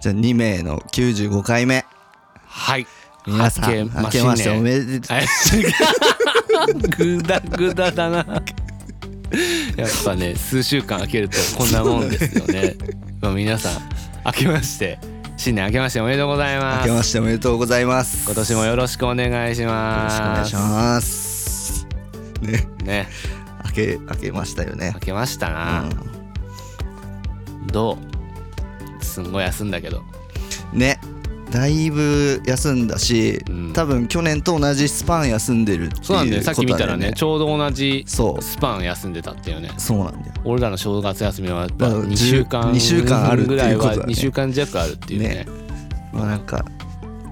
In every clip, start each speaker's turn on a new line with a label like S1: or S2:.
S1: じゃあ2名の95回目
S2: はい
S1: 皆さん明けましておめでとう
S2: あ ぐだぐだだなやっぱね数週間開けるとこんなもんです よねまあ皆さん明けまして新年明けましておめでとうござい
S1: 明
S2: ます
S1: けましておめでとうございます
S2: 今年もよろしくお願いし
S1: よろしくお願
S2: ま
S1: いし
S2: す
S1: ますね
S2: ね
S1: 明け明けましたよね
S2: 明けました
S1: う
S2: な、どうすんごい休んだけど
S1: んねだいぶ休んだし、
S2: うん
S1: 多分去年と同じスパン休んでるっていうこと
S2: そうなんだよさっき見た
S1: だ
S2: ら
S1: よ
S2: ねちょうど同じ
S1: そう
S2: スパン休んでたっていうね
S1: そうなんだよ
S2: 俺らの正月休みは
S1: だから
S2: 2週間
S1: 二週間あるって
S2: ぐら
S1: い
S2: いう
S1: ことだね
S2: は2週間弱あるっていうね
S1: ねまあなんか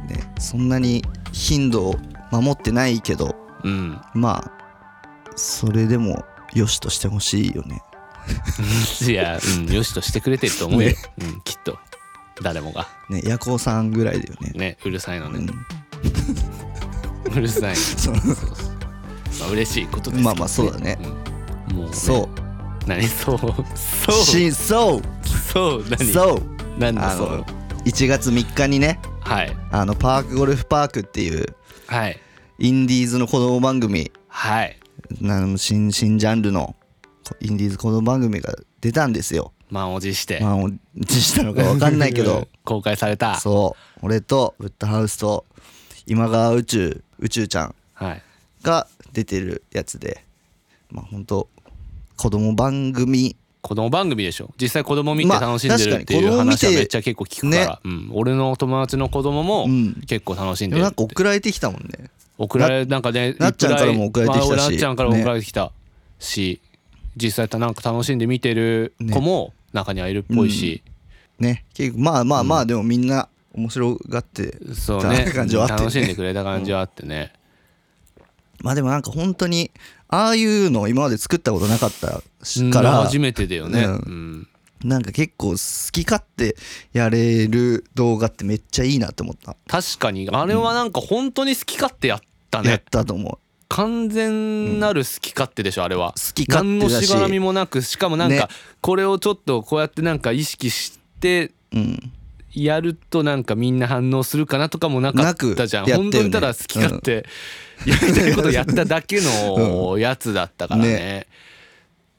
S1: ねそんなに頻度を守ってないけど
S2: うん
S1: まあそれでも良しとしてほしいよね
S2: いや、うん、よしとしてくれてると思うよ、
S1: ね
S2: うん、きっと誰もが
S1: ね夜行さんぐらいだよね
S2: ねうるさいの
S1: う
S2: ね、
S1: ん
S2: うるさい の
S1: そう
S2: そうそうまあ嬉しいことですけどね
S1: まあまあそうだね、
S2: うんもうね、
S1: そう
S2: 何そう
S1: う
S2: そう
S1: しそう
S2: そう何
S1: そう
S2: 何だ
S1: あ
S2: そ
S1: の
S2: う
S1: 1月3日にね
S2: はい
S1: あのパークゴルフパークっていう
S2: はい
S1: インディーズの子供番組
S2: はい
S1: なん新新ジャンルのインディーズ子供番組が出たんですよ
S2: 満を持して、
S1: まあおじしたのか分かんないけ ど
S2: 公開された
S1: そう俺とウッドハウスと今川宇宙宇宙ちゃん
S2: はい
S1: が出てるやつでまあ本当子供番組
S2: 子供番組でしょ実際子供見て
S1: まあ
S2: 楽しんでるってい
S1: 確かに
S2: う
S1: 子供見
S2: 話
S1: て
S2: はめっちゃ結構聞くから、
S1: ね
S2: うん、俺の友達の子供も
S1: うん
S2: 結構楽しん
S1: でも
S2: でるっ
S1: なん
S2: て
S1: か送られてきたもんね
S2: 送られなんかね
S1: なっちゃんからも送られてきたし
S2: リプライまあなっちゃんからも送られてきたし、実際なんか楽しんで見てる子も中にはいるっぽいし、
S1: ね結構まあまあまあでもみんな面白がって
S2: そうね
S1: 感じはあってね
S2: 楽しんでくれた感じはあってね、
S1: まあでもなんか本当にああいうのを今まで作ったことなかったしか
S2: うん
S1: ら
S2: 初めてだよね、
S1: うん
S2: うん
S1: なんか結構好き勝手やれる動画ってめっちゃいいなって思った
S2: 確かにあれはなんか本当に好き勝手やったね、
S1: やったと思う
S2: 完全なる好き勝手でしょあれは、
S1: 好き勝手だし
S2: 何のしがらみもなくしかもなん
S1: ね
S2: かこれをちょっとこうやってなんか意識して
S1: うん
S2: やるとなんかみんな反応するかなとかもなかったじゃん、
S1: なくやったよ
S2: 本
S1: ね
S2: 当にただ好き勝手やりたいことやっただけのやつだったからね,、
S1: ね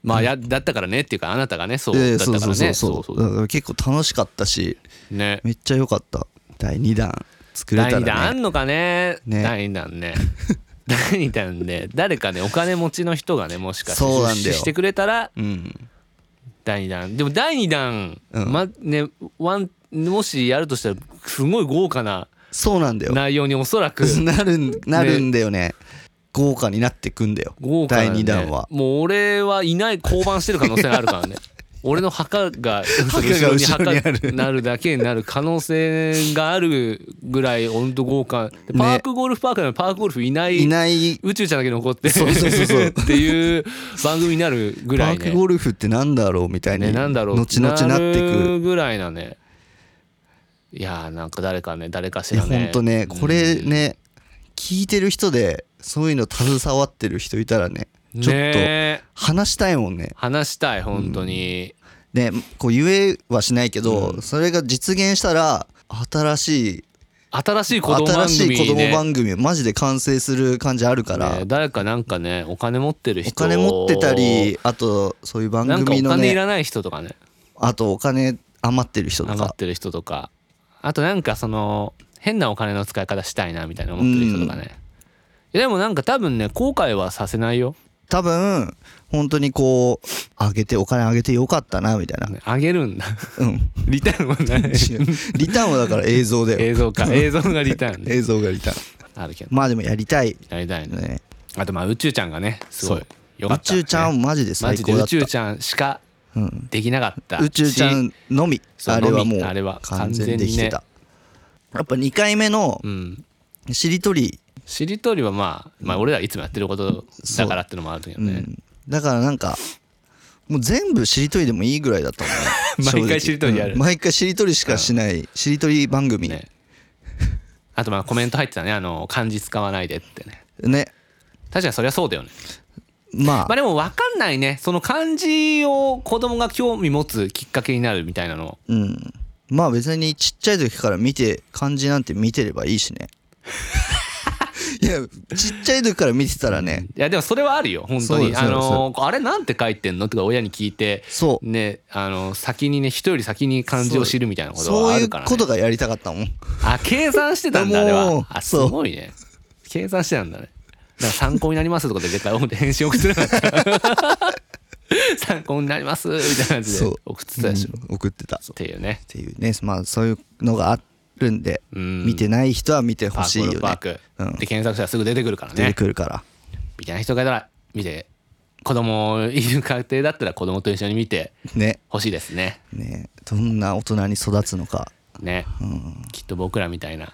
S2: まあやだったからねっていうかあなたがねそうだ
S1: で
S2: った
S1: そう
S2: か
S1: そう
S2: ら
S1: そう
S2: ね
S1: そう
S2: そう
S1: だから結構楽しかったし
S2: ね
S1: めっちゃ良かった第2弾作れ
S2: 第
S1: た
S2: 2弾あ
S1: らね
S2: んのかね
S1: ね
S2: 第2弾 ね第2弾ね誰かねお金持ちの人がねもしかして
S1: そうなんだ
S2: 出
S1: よ
S2: 資してくれたら
S1: うん
S2: 第2弾でも第2弾、
S1: うん
S2: まねワンもしやるとしたらすごい豪華な
S1: そうなんだよ
S2: 内容におそらく
S1: なるんなるんだよね豪華になってくんだよ
S2: 豪華だよね
S1: 第2弾は
S2: もう俺はいない降板してる可能性あ るからね俺の墓が後ろに
S1: 後
S2: 墓
S1: ろにある
S2: になるだけになる可能性があるぐらい本当豪華でパークゴルフパークなのにパークゴルフいない
S1: いない
S2: 宇宙ちゃんだけ残って
S1: そうそうそうそう
S2: っていう番組になるぐらい
S1: パー
S2: ね
S1: クゴルフってなんだろうみたいに、
S2: ねなんだろう
S1: 後々なってく
S2: るぐらいなねいやーなんか誰かね誰かし
S1: いや
S2: ら
S1: ほ
S2: ね
S1: んとねこれ
S2: うん
S1: ね聞いてる人でそういうの携わってる人いたらねちょっと
S2: ねえ
S1: 話したいもんね
S2: 話したい本当に、
S1: ねこう言えはしないけど、
S2: うん
S1: それが実現したら新しい
S2: 新しい子供
S1: 新
S2: 番
S1: し
S2: 組
S1: い子
S2: ね
S1: 供番組マジで完成する感じあるから、
S2: ね誰かなんかねお金持ってる
S1: お
S2: 人
S1: 金持ってたりあとそういう番
S2: なんかお
S1: 組の
S2: 金い
S1: ね
S2: らない人とかね
S1: あとお金余ってる人と
S2: 余っ
S1: か
S2: てる人とかあとなんかその変なお金の使い方したいなみたいな思ってる人とかね、いやでもなんか多分ね後悔はさせないよ
S1: 多分本当にこうあげてお金あげてよかったなみたいな、
S2: ねあげるんだ
S1: うん
S2: リターンはない
S1: リターンはだから映像だよ
S2: 映像か 映像がリターンね
S1: 映像がリターン
S2: あるけど
S1: まあでもやりたい
S2: やりたいね
S1: ね
S2: あとまあ宇宙ちゃんがねすごい
S1: そう
S2: よか
S1: 宇
S2: った、
S1: 宙ちゃんはマジで
S2: マ
S1: 最
S2: ジで
S1: 高だ
S2: 宇
S1: った
S2: 宙ちゃんしか
S1: うん
S2: できなかった
S1: 宇宙ちゃ
S2: し
S1: んのみ
S2: そう
S1: あれは
S2: のみ
S1: も
S2: あれ
S1: う
S2: は
S1: 完全できてたやっぱ2回目の
S2: うん
S1: しりとり
S2: しりとりはまあまあ俺らいつもやってることだからってのもあるけど
S1: う
S2: ね
S1: んだからなんかもう全部しりとりでもいいぐらいだったもんね
S2: 毎
S1: 正直
S2: 回しりとりやる
S1: うん毎回しりとりしかしないしりとり番組
S2: ねあとまあコメント入ってたねあの漢字使わないでってね
S1: ね
S2: 確かにそりゃそうだよね
S1: ま
S2: まあ
S1: あ
S2: でも分かんないねその漢字を子供が興味持つきっかけになるみたいなの
S1: うんまあ別にちっちゃい時から見て漢字なんて見てればいいし ねいやちっちゃい時から見てたらね
S2: いやでもそれはあるよ本当
S1: そう
S2: に
S1: です
S2: あ
S1: そ
S2: のーあれなんて書いてんのとか親に聞いて
S1: そう
S2: ねあのー先にね人より先に漢字を知るみたいなこと
S1: そ
S2: は
S1: う
S2: あ
S1: い
S2: る
S1: う
S2: から、ね、
S1: ことがやりたかったもん
S2: あ計算してたんだあれ
S1: もう
S2: はあす
S1: そう
S2: ごいね計算してたんだねだから参考になりますとかで絶対送って返信送ってなかった 参考になりますみたいな感じ
S1: そ
S2: で
S1: う
S2: 送ってたでしょっ
S1: うん送ってたって
S2: いうね
S1: ていうねまあそういうのがあるんで
S2: うん
S1: 見てない人は見てほしいよね
S2: パークパー
S1: うん
S2: クで検索したらすぐ出てくるから
S1: 出て
S2: ね
S1: くるから
S2: みたいな人がいたら見て子供いる家庭だったら子供と一緒に見て
S1: ね
S2: ほしいですね
S1: ねどんな大人に育つのか
S2: ね、きっと僕らみたいな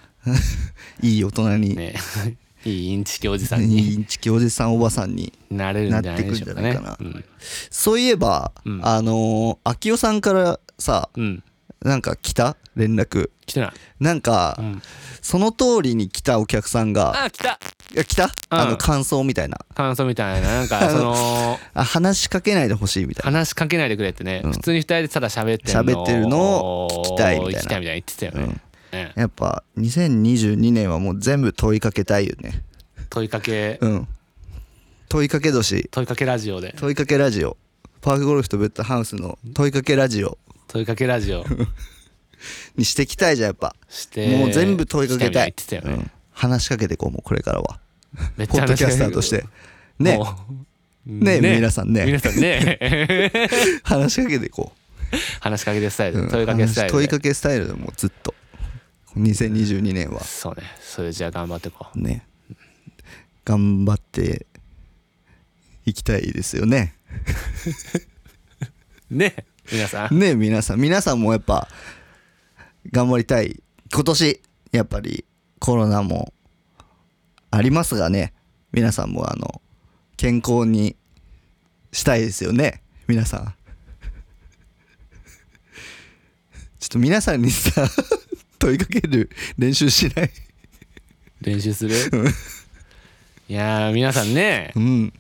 S2: い
S1: い大人に、
S2: ね いいインチキおじさんに
S1: いい地球おじさんおばさんに
S2: なれるんじゃないでしょうかね
S1: なってく
S2: うん
S1: そういえば、
S2: うん
S1: あのー秋代さんからさ
S2: うん
S1: なんか来た連絡
S2: 来てない
S1: なんか、
S2: うん
S1: その通りに来たお客さんが
S2: あ来た
S1: いや来た、あの感想みたいな
S2: 感想みたいななんかその
S1: あ話しかけないでほしいみたいな
S2: 話しかけないでくれってね、普通に二人でただ喋って
S1: 喋ってるのを聞きたいみたいな
S2: 聞きたいみたいな言ってたよね、ね
S1: やっぱ2022年はもう全部問いかけたいよね
S2: 問いかけ、
S1: うん問いかけ年
S2: 問いかけラジオで
S1: 問いかけラジオパークゴルフとベッドハウスの問いかけラジオ
S2: 問いかけラジオ
S1: にしていきたいじゃんやっぱ
S2: して
S1: もう全部問いかけたい
S2: 聞きみたいな言ってた
S1: う
S2: よね、
S1: ん話しかけていこうもうこれからは
S2: めっ
S1: ポ
S2: ちゃ
S1: ッドキャスターとしてね
S2: もう
S1: ね皆さんね
S2: 皆さん ね
S1: 話しかけていこ
S2: 話しかけてスタイ
S1: う、
S2: ル、
S1: うん
S2: 問いかけスタイルで
S1: 問いかけスタイルでもうずっと2022年は
S2: そうねそれじゃあ頑張っていこう
S1: ね頑張っていきたいですよね
S2: ね皆さん
S1: ね皆さん皆さんもやっぱ頑張りたい今年やっぱりコロナもありますがね皆さんもあの健康にしたいですよね皆さんちょっと皆さんにさ 問いかける練習しない
S2: 練習す るいやー皆さんね
S1: うん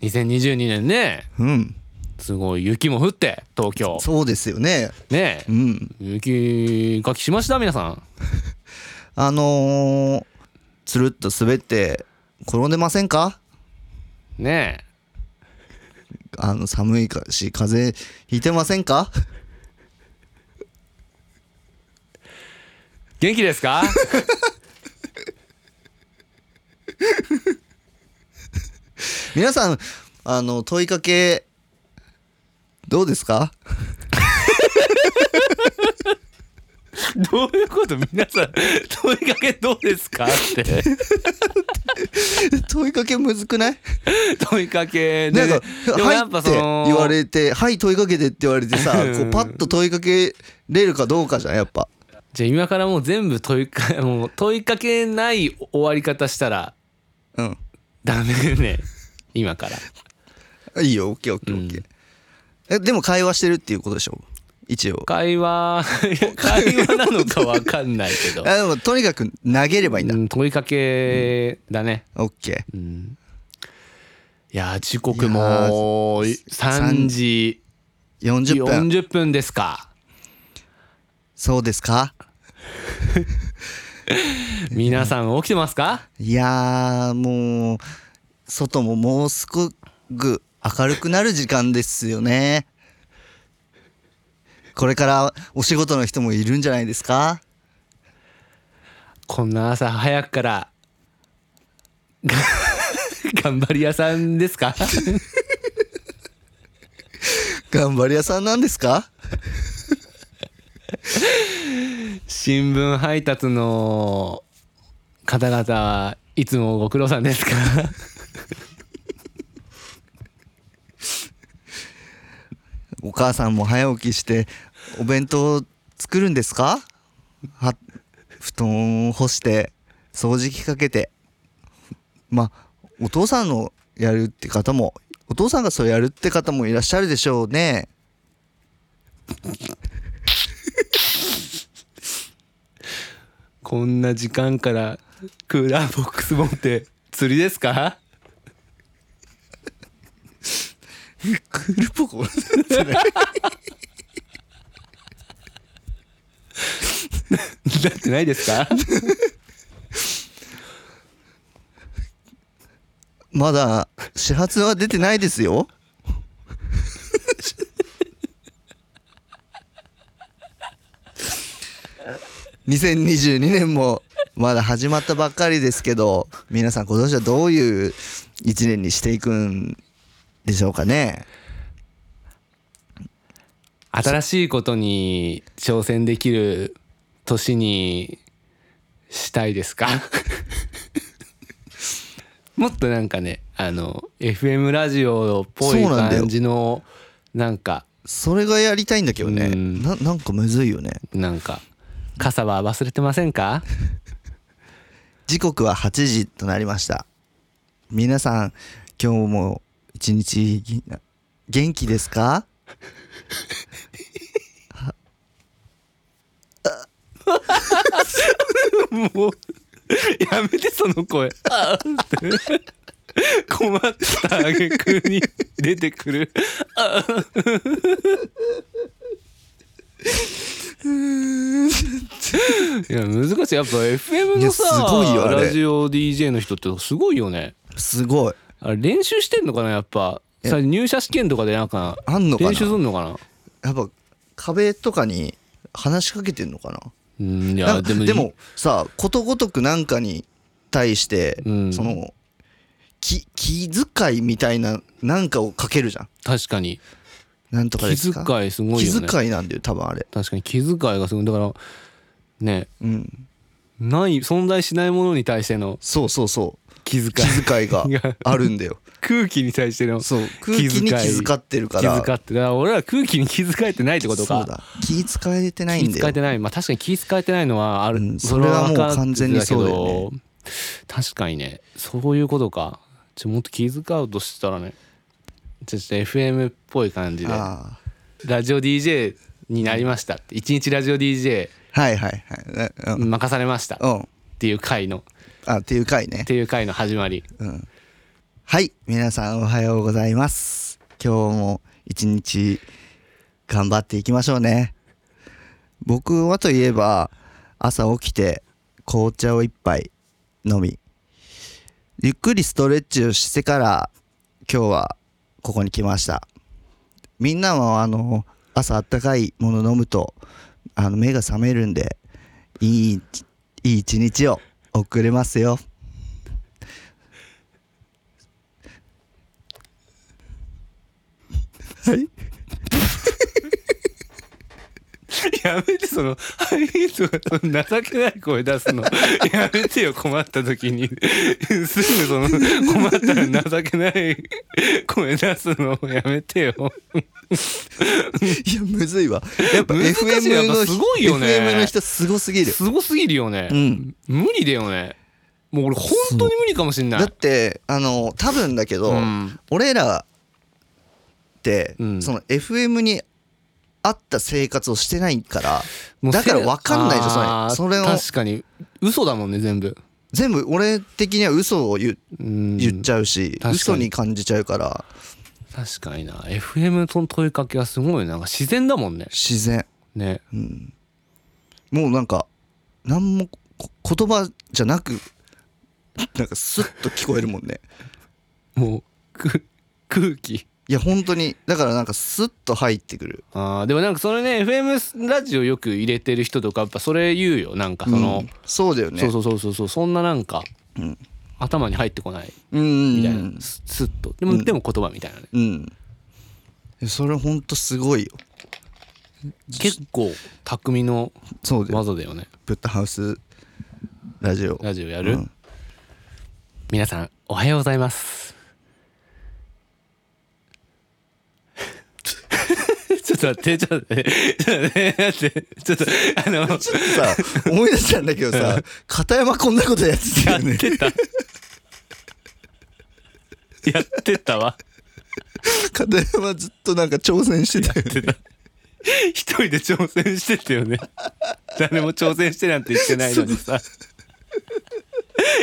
S2: 2022年ね
S1: うん
S2: すごい雪も降って東京
S1: そうですよね
S2: ね
S1: う、ん
S2: 雪かきしました皆さん
S1: あのー、つるっと滑って転んでませんか
S2: ね
S1: あの寒いかし風邪ひいてませんか
S2: 元気ですか
S1: 皆さんあの問いかけどうですか
S2: どういうこと皆さん問いかけどうですかって
S1: 問いかけむずくない
S2: 問いかけ
S1: な
S2: ね
S1: んか「
S2: でも
S1: はい」
S2: やっぱ
S1: っ
S2: そ
S1: て
S2: の
S1: 言われて「はい問いかけて」って言われて さ
S2: うん
S1: こうパッと問いかけれるかどうかじゃんやっぱ
S2: じゃあ今からもう全部問いか もう問いかけない終わり方したら
S1: うん
S2: ダメだね今から
S1: いいよ OKOKOK、えでも会話してるっていうことでしょ一応
S2: 会話いや会話なのかわかんないけど
S1: あでもとにかく投げればいいんだ、
S2: うん問いかけだね、
S1: OK
S2: うんいやー時刻もう3時
S1: 40分
S2: 40分ですか
S1: そうですか
S2: 皆さん起きてますか
S1: いやーもう外ももうすごく明るくなる時間ですよねこれからお仕事の人もいるんじゃないですか
S2: こんな朝早くから が頑張り屋さんですか
S1: 頑張り屋さんなんですか
S2: 新聞配達の方々はいつもご苦労さんですか
S1: お母さんも早起きしてお弁当作るんですかは布団を干して掃除機かけてまあお父さんのやるって方もお父さんがそうやるって方もいらっしゃるでしょうね
S2: こんな時間からクーラーボックス持って釣りです か
S1: クールポコ
S2: なってないですか
S1: まだ始発は出てないですよ2022年もまだ始まったばっかりですけど皆さん今年はどういう一年にしていくんでしょうかね
S2: 新しいことに挑戦できる年にしたいですか もっとなんかねあの FM ラジオっぽい
S1: そうなんだよ
S2: 感じのなんか
S1: それがやりたいんだけどね
S2: うん
S1: ななんかむずいよね
S2: なんか傘は忘れてませんか
S1: 時刻は8時となりました皆さん今日も一日ぎ元気ですか
S2: もうやめてその声あーって困った挙句に出てくるあーいや難しいやっぱ FM
S1: いや
S2: の
S1: す
S2: さ
S1: ごいよあれ
S2: ラジオ DJ の人ってすごいよね
S1: すごい
S2: あれ練習してんのかなやっぱ
S1: え
S2: さ入社試験とかでなんか
S1: あんのかな
S2: 練習すんのかな
S1: やっぱ壁とかに話しかけてんのかな
S2: うんい
S1: な
S2: や
S1: んか
S2: でも
S1: さことごとくなんかに対して、
S2: うん
S1: そのき気遣いみたいななんかをかけるじゃん
S2: 確かに
S1: なんとかです
S2: 気
S1: か
S2: 遣いすごいよね
S1: 気遣いなんだよ多分あれ
S2: 確かに気遣いがすごいだからね
S1: うん
S2: ない存在しないものに対しての
S1: そうそうそう
S2: 気遣い
S1: 気遣いが
S2: いや
S1: あるんだ よ
S2: 空気に対しての気
S1: そう空気に気遣ってるから
S2: 遣ってだから俺ら空気に気遣えてないってことか
S1: そうだ気遣えてないんだ
S2: 気遣え
S1: よ
S2: てないまあ確かに気遣えてないのはある、
S1: うんそれはもう完全にそうだよね
S2: 分かってたけど確かにねそういうことかちょもっと気遣うとしたらねちょっと FM っぽい感じで
S1: あ
S2: ラジオ DJ になりましたって一日ラジオ DJ
S1: あはいはいはいえうん、
S2: 任されましたっ
S1: うん、
S2: ていう回の
S1: あっていう回ね
S2: っていう回の始まり
S1: うん、はい皆さんおはようございます今日も一日頑張っていきましょうね僕はといえば朝起きて紅茶を一杯飲みゆっくりストレッチをしてから今日はここに来ましたみんなはあの朝あったかいもの飲むとあの目が覚めるんでいいいい一日を送れますよ
S2: やめてそのハイヒールとかその情けない声出 すのやめてよ困った時にすぐその困ったら情けない声出すのやめてよ
S1: いや、むずいわ。やっぱ
S2: 難しい
S1: FM
S2: やっ
S1: の
S2: ぱ
S1: 人、
S2: すごいよね
S1: FM の人すごすぎる。
S2: すごすぎるよね、
S1: うん
S2: 無理だよねもう俺本当に無理かもしんない
S1: だって、あの、多分だけど、
S2: うん
S1: 俺らって、
S2: うん
S1: その FM に合った生活をしてないから、
S2: もう
S1: だからわかんないじゃんそれ
S2: あー
S1: それを
S2: 確かに嘘だもんね全部
S1: 全部俺的には嘘を言う言
S2: 言
S1: っちゃうし、
S2: かに
S1: 嘘に感じちゃうから、
S2: 確かにな FM との問いかけはすごいよなんか自然だもんね
S1: 自然。
S2: ね
S1: うん。もうなんか、なんもこ言葉じゃなく、なんかスッと聞こえるもんね。
S2: もうく空気
S1: いや、本当に、だからなんかスッと入ってくる。
S2: あーでもなんかそれね FM ラジオよく入れてる人とかやっぱそれ言うよなんかそ
S1: うん
S2: の、
S1: そうだよね。
S2: そうそうそうそうそうそんななんか、
S1: うん
S2: 頭に入ってこない
S1: み
S2: みたいな、すスッとでも、
S1: うん
S2: でも言葉みたいなね
S1: うんそれほんとすごいよ
S2: 結構匠の
S1: そうだよ
S2: 技だよね
S1: ブッダハウスラジオ
S2: ラジオやる、
S1: うん
S2: 皆さんおはようございます ちょっと待ってちょっと待ってちょっと待ってちょっとあの
S1: ちょっとさ思い出したんだけどさ片山こんなことやってた
S2: や
S1: よ
S2: っ
S1: ね
S2: て たやってたわ
S1: 片山ずっとなんか挑戦してたよね
S2: 一人で挑戦してたよね誰も挑戦してなんて言ってないのにさ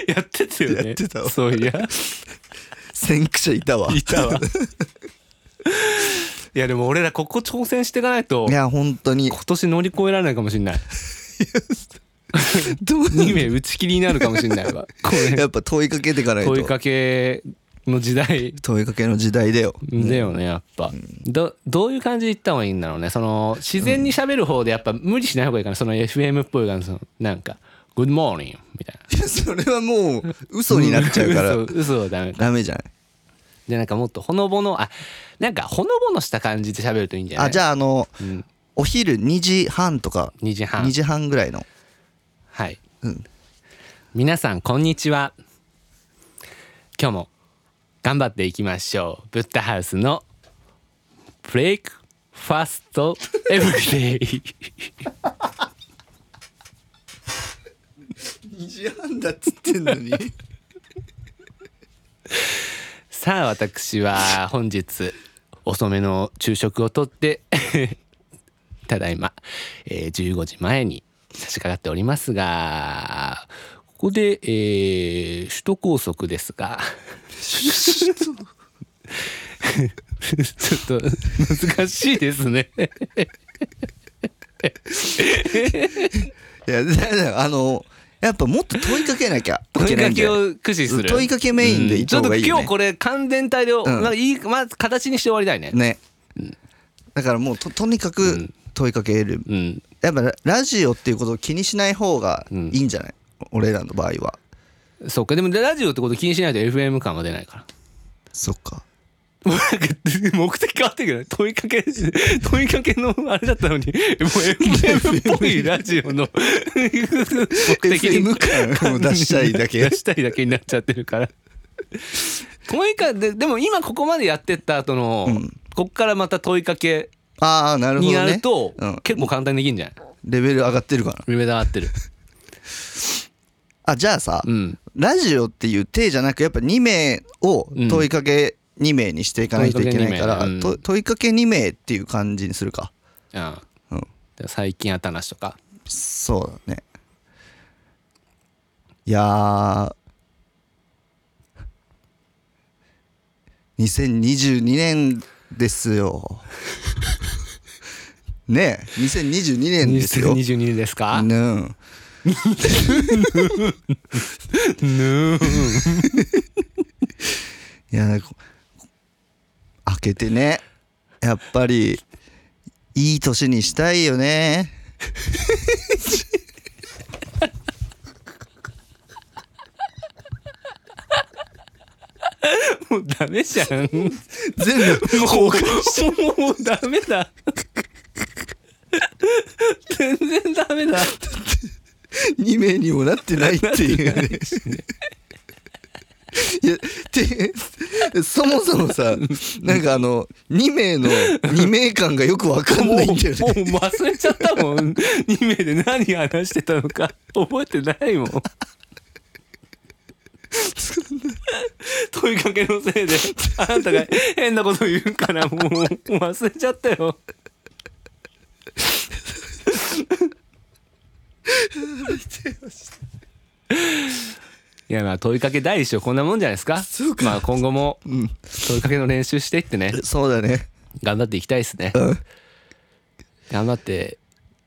S2: やってたよね
S1: やってたわ
S2: そういや
S1: 先駆者いたわ
S2: いたわ いやでも俺らここ挑戦していかないと
S1: いや本当に
S2: 今年乗り越えられないかもしんない
S1: どう
S2: 2名打ち切りになるかもしれない わこれ
S1: やっぱ問いかけてかないと
S2: 問いかけの時代
S1: 問いかけの時代だよ
S2: だよねやっぱどどういう感じでいった方がいいんだろうねその自然に喋る方でやっぱ無理しない方がいいかなその FM っぽい感じのなんか「Good morning」みたいない
S1: やそれはもう嘘になっちゃうから
S2: 嘘嘘はダメか
S1: ダメじゃない
S2: でなんかもっとほのぼのあなんかほのぼのした感じで喋るといいんじゃない
S1: あじゃああの
S2: うん、
S1: お昼2時半とか
S2: 2時半
S1: 2時半ぐらいの
S2: はい、
S1: うん
S2: 皆さんこんにちは今日も頑張っていきましょうブッダハウスのブレイクファストエブリデイ
S1: 2時半だっつってんのに
S2: さあ私は本日遅めの昼食をとって ただいま、えー15時前に差し掛かっておりますがここで、えー首都高速ですが ちょっと難しいです ね
S1: いやだからあのやっぱもっと問いかけなきゃい
S2: 問
S1: け
S2: い
S1: ない
S2: か
S1: んじ
S2: け
S1: ゃない
S2: を駆使する
S1: 問いかけメインでいった方がいいよ
S2: うんちょっと今
S1: ね
S2: 日これ完全体で、
S1: ん
S2: なんかいいまあ、形にして終わりたいね
S1: ねだからもうととにかく問いかける
S2: うん
S1: やっぱララジオっていうことを気にしない方がいいんじゃない、俺らの場合は
S2: そっかでもラジオってこと気にしないと FM 感は出ないから
S1: そっか
S2: もうなんか目的変わってくる問いかけ問いかけのあれだったのにもう FM っぽいラジオの目的に
S1: FM 感を出したいだ け
S2: 出したいだけになっちゃってるから問いかででも今ここまでやってった後の、
S1: うん
S2: こっからまた問いかけ
S1: ああなるほ
S2: に
S1: ど
S2: や
S1: ね
S2: ると
S1: うん
S2: 結構簡単にできるんじゃない
S1: レベル上がってるかな
S2: 上だってる
S1: あじゃあさ、
S2: うん
S1: ラジオっていう体じゃなくやっぱ2名を問いかけ2名にしていかないといけないから、
S2: うん
S1: と問いかけ2名っていう感じにするか
S2: あ
S1: う
S2: あ
S1: ん
S2: 最近あった話とか
S1: そうだねいやー2022年です よねえ2022年ですよ、
S2: 2022年ですか、
S1: ねえ
S2: ぬーん
S1: いやこ開けてねやっぱりいい年にしたいよね
S2: もうダメじゃん
S1: 全部
S2: もうもうダメだ全然ダメだ
S1: 2名にもなってないっていうねいやてそもそもさなんかあの2名の2名感がよくわかん
S2: もうもう
S1: ないんだよね
S2: 忘れちゃったもん2名で何話してたのか覚えてないもん問いかけのせいであなたが変なこと言うからもう忘れちゃったよいやまあ問いかけ第一章こんなもんじゃないですか
S1: そうか
S2: まあ今後も
S1: ん
S2: 問いかけの練習していってね
S1: そうだね
S2: 頑張っていきたいですね
S1: うん
S2: 頑張って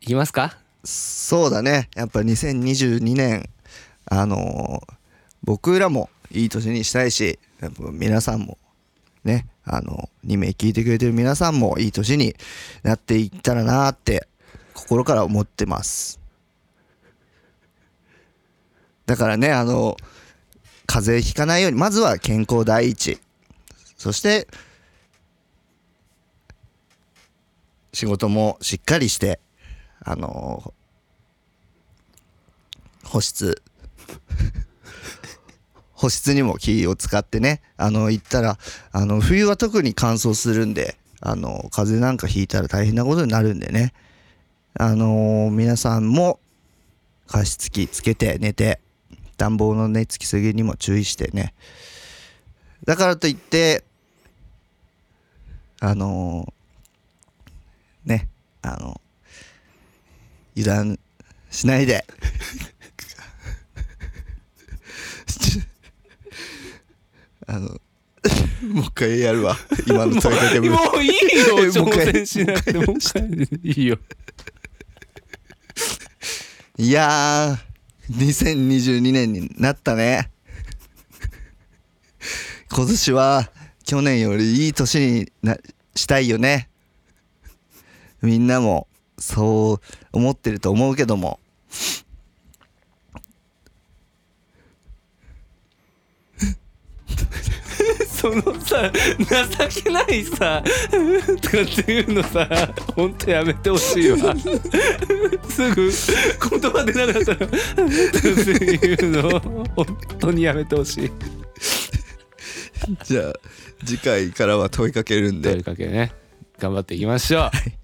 S2: いきますか
S1: そうだねやっぱ2022年あのー僕らもいい年にしたいしやっぱ皆さんもねあの2名聞いてくれてる皆さんもいい年になっていったらなーって心から思ってますだからねあの風邪ひかないようにまずは健康第一そして仕事もしっかりしてあの保湿 保湿にも気を使ってねあの行ったらあの冬は特に乾燥するんであの風邪なんかひいたら大変なことになるんでねあの皆さんも加湿器つけて寝て暖房のねつきすぎにも注意してねだからといってあのねあの油断しないであの もう一回やるわ今の問いかけも
S2: もういいよ
S1: えもう一回
S2: 挑戦しなくてもう一回いいよ
S1: いやー2022年になったね。 今年は去年よりいい年になしたいよね。みんなもそう思ってると思うけども。
S2: そのさ情けないさとかっていうのさほんとやめてほしいわすぐ言葉出なかったらとかっていうの本当にやめてほ しい
S1: じゃあ次回からは問いかけるん
S2: とい
S1: で
S2: う。わけでね頑張っていきましょう